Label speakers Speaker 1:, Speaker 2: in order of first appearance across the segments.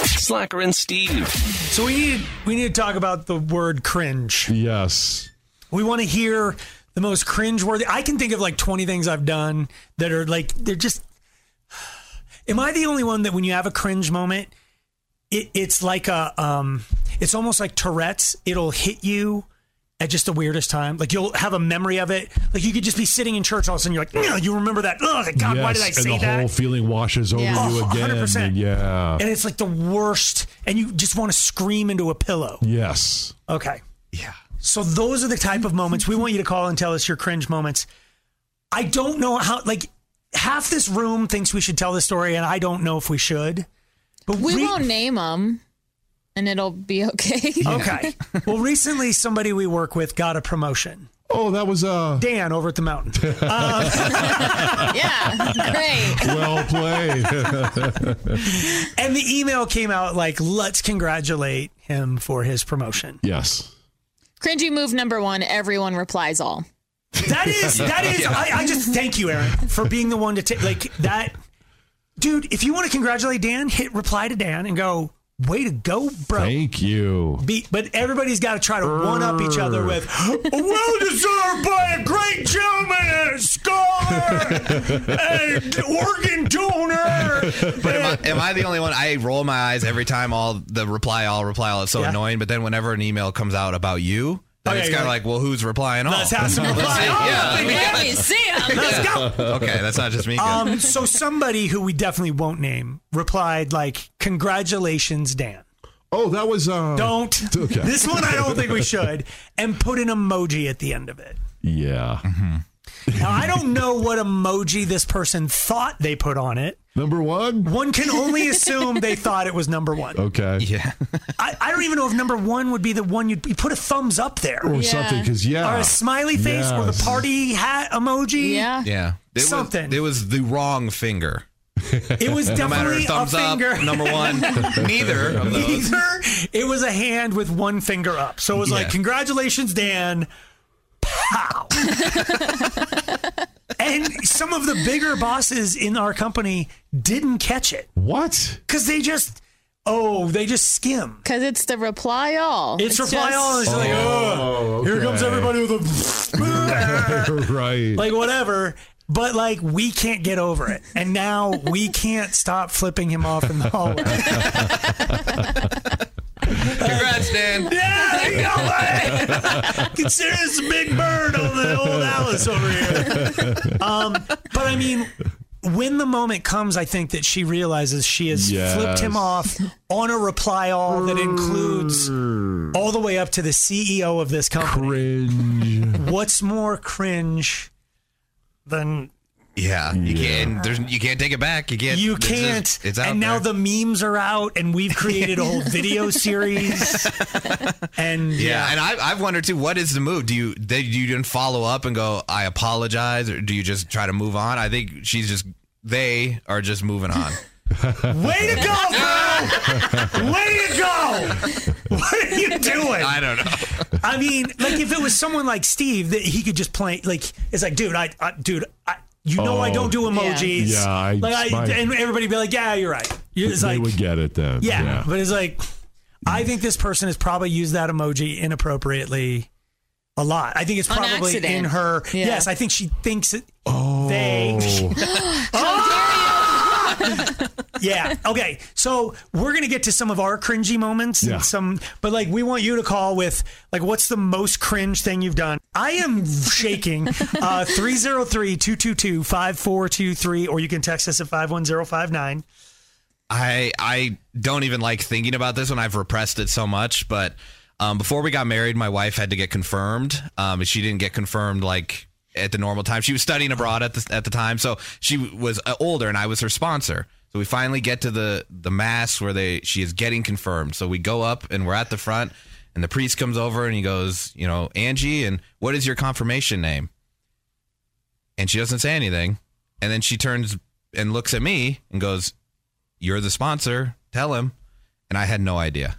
Speaker 1: Slacker and Steve.
Speaker 2: So we need we need to talk about the word cringe.
Speaker 3: Yes.
Speaker 2: We want to hear the most cringeworthy. I can think of like 20 things I've done that are like they're just. Am I the only one that when you have a cringe moment, it, it's like a um, it's almost like Tourette's. It'll hit you at just the weirdest time. Like you'll have a memory of it. Like you could just be sitting in church all of a sudden. You're like, "Ugh," you remember that? Oh God,
Speaker 3: yes.
Speaker 2: why did I say
Speaker 3: and the
Speaker 2: that?
Speaker 3: whole feeling washes over
Speaker 4: Yeah.
Speaker 3: you
Speaker 2: Oh,
Speaker 3: again.
Speaker 2: 100%.
Speaker 3: and yeah.
Speaker 2: and it's like the worst, and you just want to scream into a pillow.
Speaker 3: yes.
Speaker 2: Okay. Yeah. So those are the type of moments we want you to call and tell us your cringe moments. I don't know how like half this room thinks we should tell this story and I don't know if we should. But
Speaker 4: We
Speaker 2: re-
Speaker 4: won't name them, and it'll be okay.
Speaker 2: Okay. well, recently somebody we work with got a promotion.
Speaker 3: Oh, that was uh
Speaker 2: Dan over at the mountain.
Speaker 4: yeah, great.
Speaker 3: well played.
Speaker 2: and the email came out like, let's congratulate him for his promotion.
Speaker 3: yes.
Speaker 4: Cringy move number one. Everyone replies all.
Speaker 2: That is that is. I, I just thank you, Aaron, for being the one to take like that. Dude, if you want to congratulate Dan, hit reply to Dan and go, "Way to go, bro!"
Speaker 3: Thank you.
Speaker 2: Be, but everybody's got to try to one up each other with "Well deserved by a great gentleman and a scholar and organ donor."
Speaker 5: But am I, am I the only one? I roll my eyes every time all the reply all reply all. It's so
Speaker 2: Yeah.
Speaker 5: annoying. But then whenever an email comes out about you,
Speaker 2: Oh,
Speaker 5: then
Speaker 2: yeah,
Speaker 5: it's
Speaker 2: you're
Speaker 5: kind of
Speaker 2: like-
Speaker 5: like, well, who's replying Oh, all?
Speaker 2: Let's have some
Speaker 5: Let's
Speaker 2: reply
Speaker 5: see.
Speaker 2: all.
Speaker 5: Yeah,
Speaker 2: Big
Speaker 5: yeah.
Speaker 4: Let me see 'em.
Speaker 2: Let's go.
Speaker 5: Okay, that's not just me. good.
Speaker 2: Um, so somebody who we definitely won't name replied like, "Congratulations, Dan."
Speaker 3: Oh, that was uh
Speaker 2: Don't.
Speaker 3: Okay.
Speaker 2: This one I don't think we should. And put an emoji at the end of it.
Speaker 3: Yeah.
Speaker 2: Mm-hmm. Now, I don't know what emoji this person thought they put on it.
Speaker 3: Number one?
Speaker 2: One can only assume they thought it was number one.
Speaker 3: Okay.
Speaker 5: yeah.
Speaker 2: I, I don't even know if number one would be the one you'd you put a thumbs up there,
Speaker 3: Or
Speaker 4: Yeah.
Speaker 3: Oh, something, because yeah.
Speaker 2: or a smiley face, or the
Speaker 3: Yes.
Speaker 2: party hat emoji.
Speaker 4: Yeah.
Speaker 5: Yeah. It was-
Speaker 2: Something.
Speaker 5: it was the wrong finger.
Speaker 2: It was
Speaker 5: No matter
Speaker 2: definitely a
Speaker 5: thumbs up,
Speaker 2: finger.
Speaker 5: number one. Neither of those.
Speaker 2: Either it was a hand with one finger up. So it was like,
Speaker 5: Yeah.
Speaker 2: congratulations, Dan. Pow. and some of the bigger bosses in our company didn't catch it
Speaker 3: What?
Speaker 2: because they just, oh, they just skim.
Speaker 4: Because it's the reply all.
Speaker 2: It's, reply
Speaker 4: just-
Speaker 2: all. It's like, oh, here comes
Speaker 3: okay.
Speaker 2: everybody with a
Speaker 3: right.
Speaker 2: like whatever. But like we can't get over it, and now we can't stop flipping him off in the hallway.
Speaker 5: Congrats, Dan.
Speaker 2: Yeah, you know what? Consider this a big bird on the old Alice over here. Um, but I mean, when the moment comes, I think that she realizes she has
Speaker 3: Yes.
Speaker 2: flipped him off on a reply all that includes all the way up to the CEO of this company.
Speaker 3: Cringe.
Speaker 2: What's more cringe than
Speaker 5: Yeah. You can't. There's. You can't take it back. You can't.
Speaker 2: you
Speaker 5: it's just-
Speaker 2: can't?
Speaker 5: it's out
Speaker 2: and now
Speaker 5: there.
Speaker 2: the memes are out, and we've created a whole video series. And
Speaker 5: Yeah, and I, I've wondered too. What is the move? Do you they, do you didn't follow up and go? I apologize, or do you just try to move on? I think she's just they are just moving on.
Speaker 2: Way to go, bro! Way to go! What are you doing?
Speaker 5: I
Speaker 2: I,
Speaker 5: don't know.
Speaker 2: mean, like if it was someone like Steve, that he could just play. Like it's like, dude, I, I dude, I, you know, I
Speaker 3: Oh.
Speaker 2: don't do emojis.
Speaker 3: Yeah, I-
Speaker 2: like I,
Speaker 3: my-
Speaker 2: and everybody be like, yeah, you're right. It's
Speaker 3: they
Speaker 2: like,
Speaker 3: would get it then.
Speaker 2: yeah, but it's like, I think this person has probably used that emoji inappropriately a lot. I think it's
Speaker 4: On
Speaker 2: probably
Speaker 4: accident.
Speaker 2: in her.
Speaker 4: Yeah.
Speaker 2: Yes, I think she thinks it.
Speaker 3: oh.
Speaker 2: They- Yeah. Okay. So we're gonna get to some of our cringy moments
Speaker 3: Yeah.
Speaker 2: and some, but like we want you to call with like, what's the most cringe thing you've done? I am shaking. Uh, 303 222 5423, or you can text us at 51059.
Speaker 5: I I don't even like thinking about this one. I've repressed it so much. But um, before we got married, my wife had to get confirmed. Um, she didn't get confirmed like at the normal time. She was studying abroad at the at the time, so she was uh, older, and I was her sponsor. So we finally get to the the mass where they she is getting confirmed. So we go up and we're at the front, and the priest comes over and he goes, you know, Angie, and what is your confirmation name? And she doesn't say anything, and then she turns and looks at me and goes, you're the sponsor. Tell him. And I had no idea.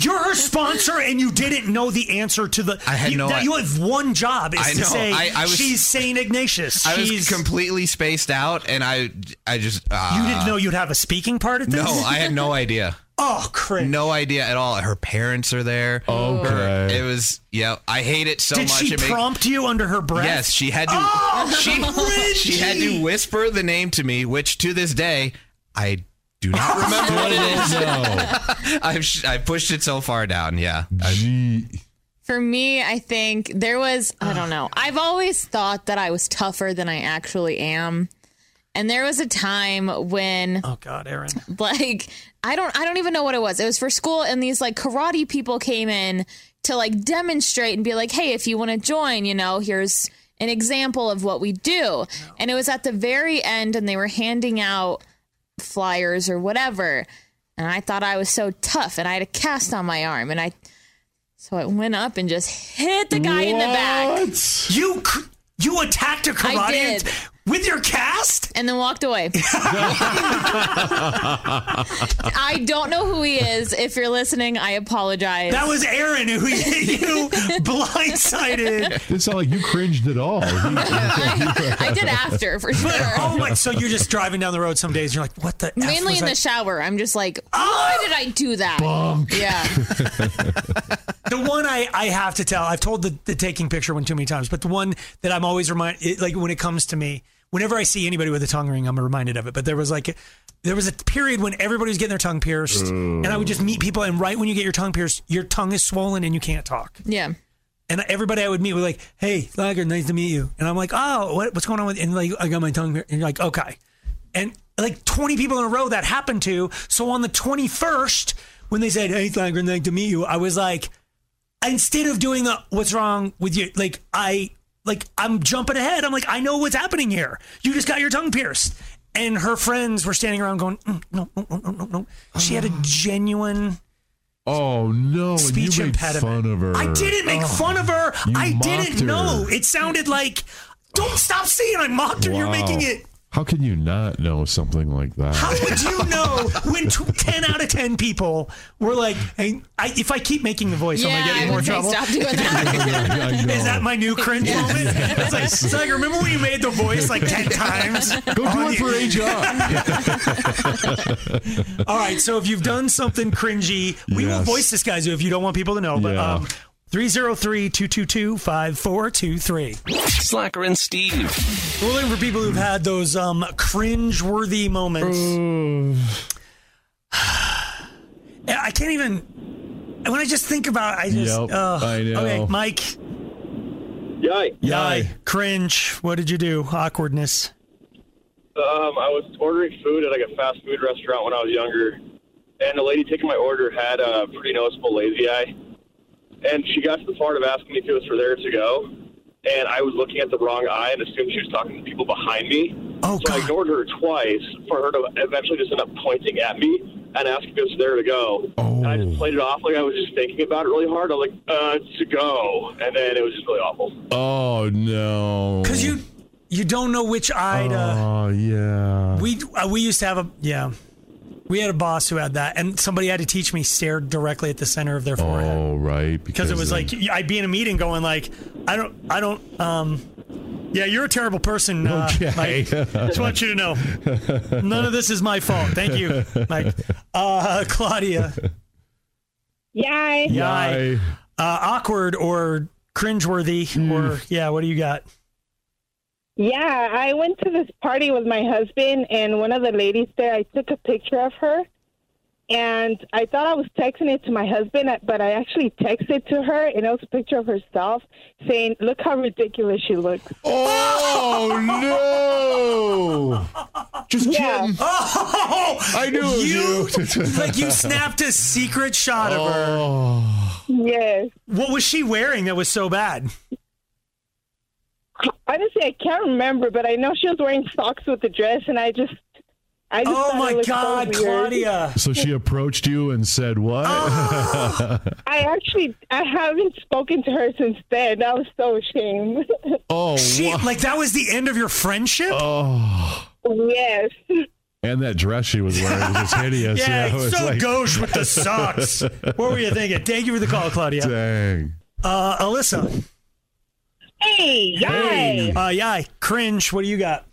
Speaker 2: You're her sponsor, and you didn't know the answer to the.
Speaker 5: I had
Speaker 2: you,
Speaker 5: no
Speaker 2: that
Speaker 5: i-
Speaker 2: you have one job is
Speaker 5: I
Speaker 2: to
Speaker 5: know.
Speaker 2: say
Speaker 5: I- I was-
Speaker 2: she's Saint Ignatius.
Speaker 5: I was
Speaker 2: she's.
Speaker 5: completely spaced out, and I, I just, uh,
Speaker 2: you didn't know you'd have a speaking part at this.
Speaker 5: no, I had no idea.
Speaker 2: Oh, cringe.
Speaker 5: No idea at all. Her parents are there. Oh, Her,
Speaker 3: Okay.
Speaker 5: it was yeah. I hate it so
Speaker 2: Did
Speaker 5: much.
Speaker 2: she Oh,
Speaker 5: it make-
Speaker 2: prompt you under her breath?
Speaker 5: Yes, she had to.
Speaker 2: cringy.
Speaker 5: she she had to whisper the name to me, which to this day I do not remember what it is.
Speaker 3: No.
Speaker 5: I've sh- I pushed it so far down. Yeah,
Speaker 3: Gee.
Speaker 4: For me, I think there was, I don't know. I've always thought that I was tougher than I actually am. And there was a time when
Speaker 2: Oh God, Aaron.
Speaker 4: like I don't I don't even know what it was. It was for school and these like karate people came in to like demonstrate and be like, "Hey, if you want to join, you know, here's an example of what we do." And it was at the very end and they were handing out flyers or whatever. And I thought I was so tough and I had a cast on my arm and I so I went up and just hit the guy in the back
Speaker 3: What?
Speaker 2: You cr- you attacked a karate
Speaker 4: I did.
Speaker 2: with your cast?
Speaker 4: and then walked away. I don't know who he is. If you're listening, I apologize.
Speaker 2: That was Aaron who you blindsided.
Speaker 3: Didn't sound like you cringed at all.
Speaker 4: I, I did after for sure.
Speaker 2: Oh my! So you're just driving down the road some days. And you're like, what the? F
Speaker 4: Mainly
Speaker 2: was
Speaker 4: in
Speaker 2: I-
Speaker 4: the shower. I'm just like,
Speaker 2: Ah!
Speaker 4: why did I do that? Yeah.
Speaker 2: the one I, I have to tell, I've told the, the taking picture one too many times, but the one that I'm always reminded, like when it comes to me, whenever I see anybody with a tongue ring, I'm reminded of it. But there was like, there was a period when everybody was getting their tongue pierced, and I would just meet people, and right when you get your tongue pierced, your tongue is swollen and you can't talk.
Speaker 4: Yeah.
Speaker 2: And everybody I would meet was like, "Hey, Lager, nice to meet you." And I'm like, "Oh, what, what's going on with?" And like, I got my tongue. pierced." And you're like, "Okay." And like 20 people in a row that happened to. So on the 21st, when they said, "Hey, Lager, nice to meet you," I was like, instead of doing the "What's wrong with you?" Like I like I'm jumping ahead. I'm like, I know what's happening here. You just got your tongue pierced. And her friends were standing around going, "Mm, "No, no, no, no, no, no." She had a genuine
Speaker 3: Oh no! and
Speaker 2: speech
Speaker 3: you made
Speaker 2: impediment.
Speaker 3: fun of her. Oh,
Speaker 2: I didn't make fun of her.
Speaker 3: You
Speaker 2: I
Speaker 3: mocked
Speaker 2: didn't
Speaker 3: her.
Speaker 2: know. It sounded like, don't stop saying I mocked her. You're
Speaker 3: Wow.
Speaker 2: making it.
Speaker 3: Oh. How can you not know something like that?
Speaker 2: How would you know when t- 10 out of 10 people were like, hey, I, if I keep making the voice, I'm
Speaker 4: yeah.
Speaker 2: going to get
Speaker 4: I
Speaker 2: in more
Speaker 4: would say
Speaker 2: trouble?
Speaker 4: stop doing that.
Speaker 3: I know.
Speaker 2: Is that my new cringe moment? It's like, it's like, remember when you made the voice like 10 times?
Speaker 3: Go do
Speaker 2: on
Speaker 3: it
Speaker 2: the-
Speaker 3: for a job.
Speaker 2: All right, so if you've done something cringy, we will
Speaker 3: Yes.
Speaker 2: voice this, guys, if you don't want people to know. But
Speaker 3: Yeah.
Speaker 2: um, 303 222 5423.
Speaker 1: Slacker and Steve.
Speaker 2: We're looking for people who've had those um, cringe-worthy moments. And I can't even. When I just think about, it, I just.
Speaker 3: Yep,
Speaker 2: ugh.
Speaker 3: I know.
Speaker 2: Okay, Mike.
Speaker 6: Yikes.
Speaker 2: Yai, Cringe. What did you do? Awkwardness.
Speaker 6: Um, I was ordering food at like a fast food restaurant when I was younger, and the lady taking my order had a pretty noticeable lazy eye, and she got to the part of asking me if it was for there to go, and I was looking at the wrong eye and assumed she was talking to people behind me.
Speaker 2: Oh,
Speaker 6: so I
Speaker 2: God.
Speaker 6: ignored her twice for her to eventually just end up pointing at me and ask if it was there to go. And I
Speaker 3: Oh.
Speaker 6: just played it off like I was just thinking about it really hard. I was like, uh, to go, and then it was just really awful.
Speaker 3: Oh no!
Speaker 2: Because you, you don't know which eye to.
Speaker 3: Oh yeah.
Speaker 2: We uh, we used to have a yeah, we had a boss who had that, and somebody had to teach me stare directly at the center of their forehead.
Speaker 3: oh right.
Speaker 2: because it was
Speaker 3: of-
Speaker 2: like I'd be in a meeting going like I don't I don't um yeah you're a terrible person uh,
Speaker 3: Okay.
Speaker 2: Mike. just want you to know none of this is my fault thank you Mike uh Claudia uh,
Speaker 7: Yay.
Speaker 3: Yay.
Speaker 2: awkward or cringeworthy
Speaker 3: Hmm.
Speaker 2: or yeah what do you got
Speaker 7: Yeah, I went to this party with my husband and one of the ladies there. I took a picture of her and I thought I was texting it to my husband, uh, but I actually texted to her and it was a picture of herself saying, Look how ridiculous she looks.
Speaker 3: Oh no! Just
Speaker 7: Yeah.
Speaker 3: kidding.
Speaker 2: oh
Speaker 3: I knew it was
Speaker 2: you
Speaker 3: you.
Speaker 2: like you snapped a secret shot of her
Speaker 3: Oh.
Speaker 7: Yes.
Speaker 2: what was she wearing that was so bad
Speaker 7: Honestly, I can't remember, but I know she was wearing socks with the dress and I just. I just
Speaker 2: oh
Speaker 7: thought it
Speaker 2: my
Speaker 7: looked so
Speaker 2: god
Speaker 7: weird.
Speaker 2: Claudia
Speaker 3: So she approached you and said, "What?"
Speaker 2: Ah.
Speaker 7: I actually I haven't spoken to her since then. I was so ashamed.
Speaker 3: oh,
Speaker 2: she
Speaker 3: wow.
Speaker 2: like that was the end of your friendship
Speaker 3: oh!
Speaker 7: yes.
Speaker 3: And that dress she was wearing was just hideous.
Speaker 2: Yeah,
Speaker 3: it was
Speaker 2: so
Speaker 3: like,
Speaker 2: gauche with the socks. what were you thinking? Thank you for the call, Claudia.
Speaker 3: Dang.
Speaker 2: Uh, Alyssa,
Speaker 7: Hey, yay.
Speaker 2: uh, yeah, cringe. What do you got?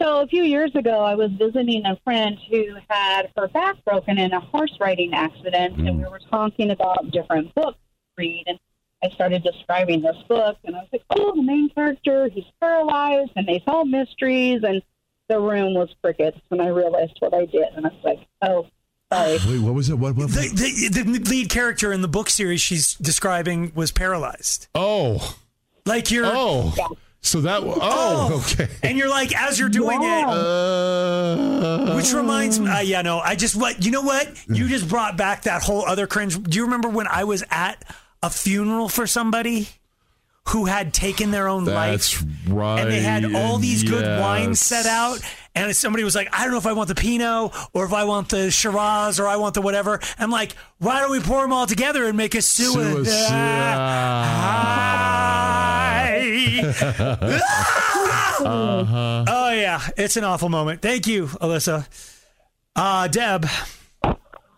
Speaker 8: So a few years ago, I was visiting a friend who had her back broken in a horse riding accident, and we were talking about different books to read. And I started describing this book, and I was like, "Oh, the main character, he's paralyzed, and they solve mysteries." And the room was crickets when I realized what I did, and I was like, "Oh, sorry."
Speaker 3: Wait, what was it? What? what, what?
Speaker 2: The, the, the lead character in the book series she's describing was paralyzed.
Speaker 3: Oh,
Speaker 2: Like you're,
Speaker 3: oh. So that. Oh, okay.
Speaker 2: and you're like as you're doing it,
Speaker 3: Uh,
Speaker 2: which reminds me. Uh, yeah, no, I just what you know what
Speaker 3: Mm-hmm.
Speaker 2: you just brought back that whole other cringe. Do you remember when I was at a funeral for somebody who had taken their own life?
Speaker 3: That's right.
Speaker 2: and they had all these good wines
Speaker 3: yes.
Speaker 2: set out. And somebody was like, I don't know if I want the Pinot or if I want the Shiraz or I want the whatever. I'm like, why don't we pour them all together and make a suicide?
Speaker 3: Uh-huh.
Speaker 2: Oh, yeah. It's an awful moment. Thank you, Alyssa. Uh, Deb.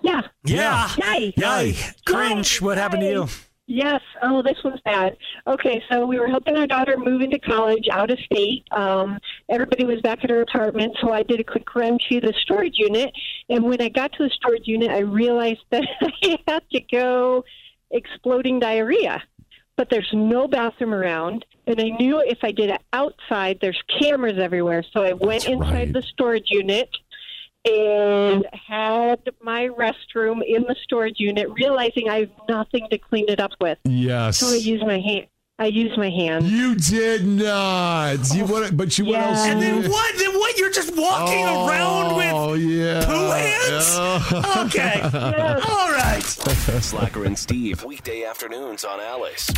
Speaker 8: yeah.
Speaker 2: Yeah.
Speaker 8: Yay.
Speaker 2: Yay. Cringe. What happened to you?
Speaker 8: Yes. Oh, this was bad. Okay, so we were helping our daughter move into college out of state. Um, everybody was back at her apartment, so I did a quick run to the storage unit. And when I got to the storage unit, I realized that I had to go exploding diarrhea. But there's no bathroom around. And I knew if I did it outside, there's cameras everywhere. So I went
Speaker 3: That's
Speaker 8: inside
Speaker 3: right.
Speaker 8: the storage unit and had my restroom in the storage unit, realizing I have nothing to clean it up with.
Speaker 3: Yes.
Speaker 8: So I use my hand. I use my hand.
Speaker 3: You did not. You what? But you what
Speaker 8: Yeah.
Speaker 3: else?
Speaker 2: And
Speaker 3: you-
Speaker 2: then what? Then what? You're just walking around with.
Speaker 3: Oh yeah.
Speaker 2: poo hands? Oh,
Speaker 3: Yeah.
Speaker 2: Okay. All right.
Speaker 1: Slacker and Steve, weekday afternoons on Alice.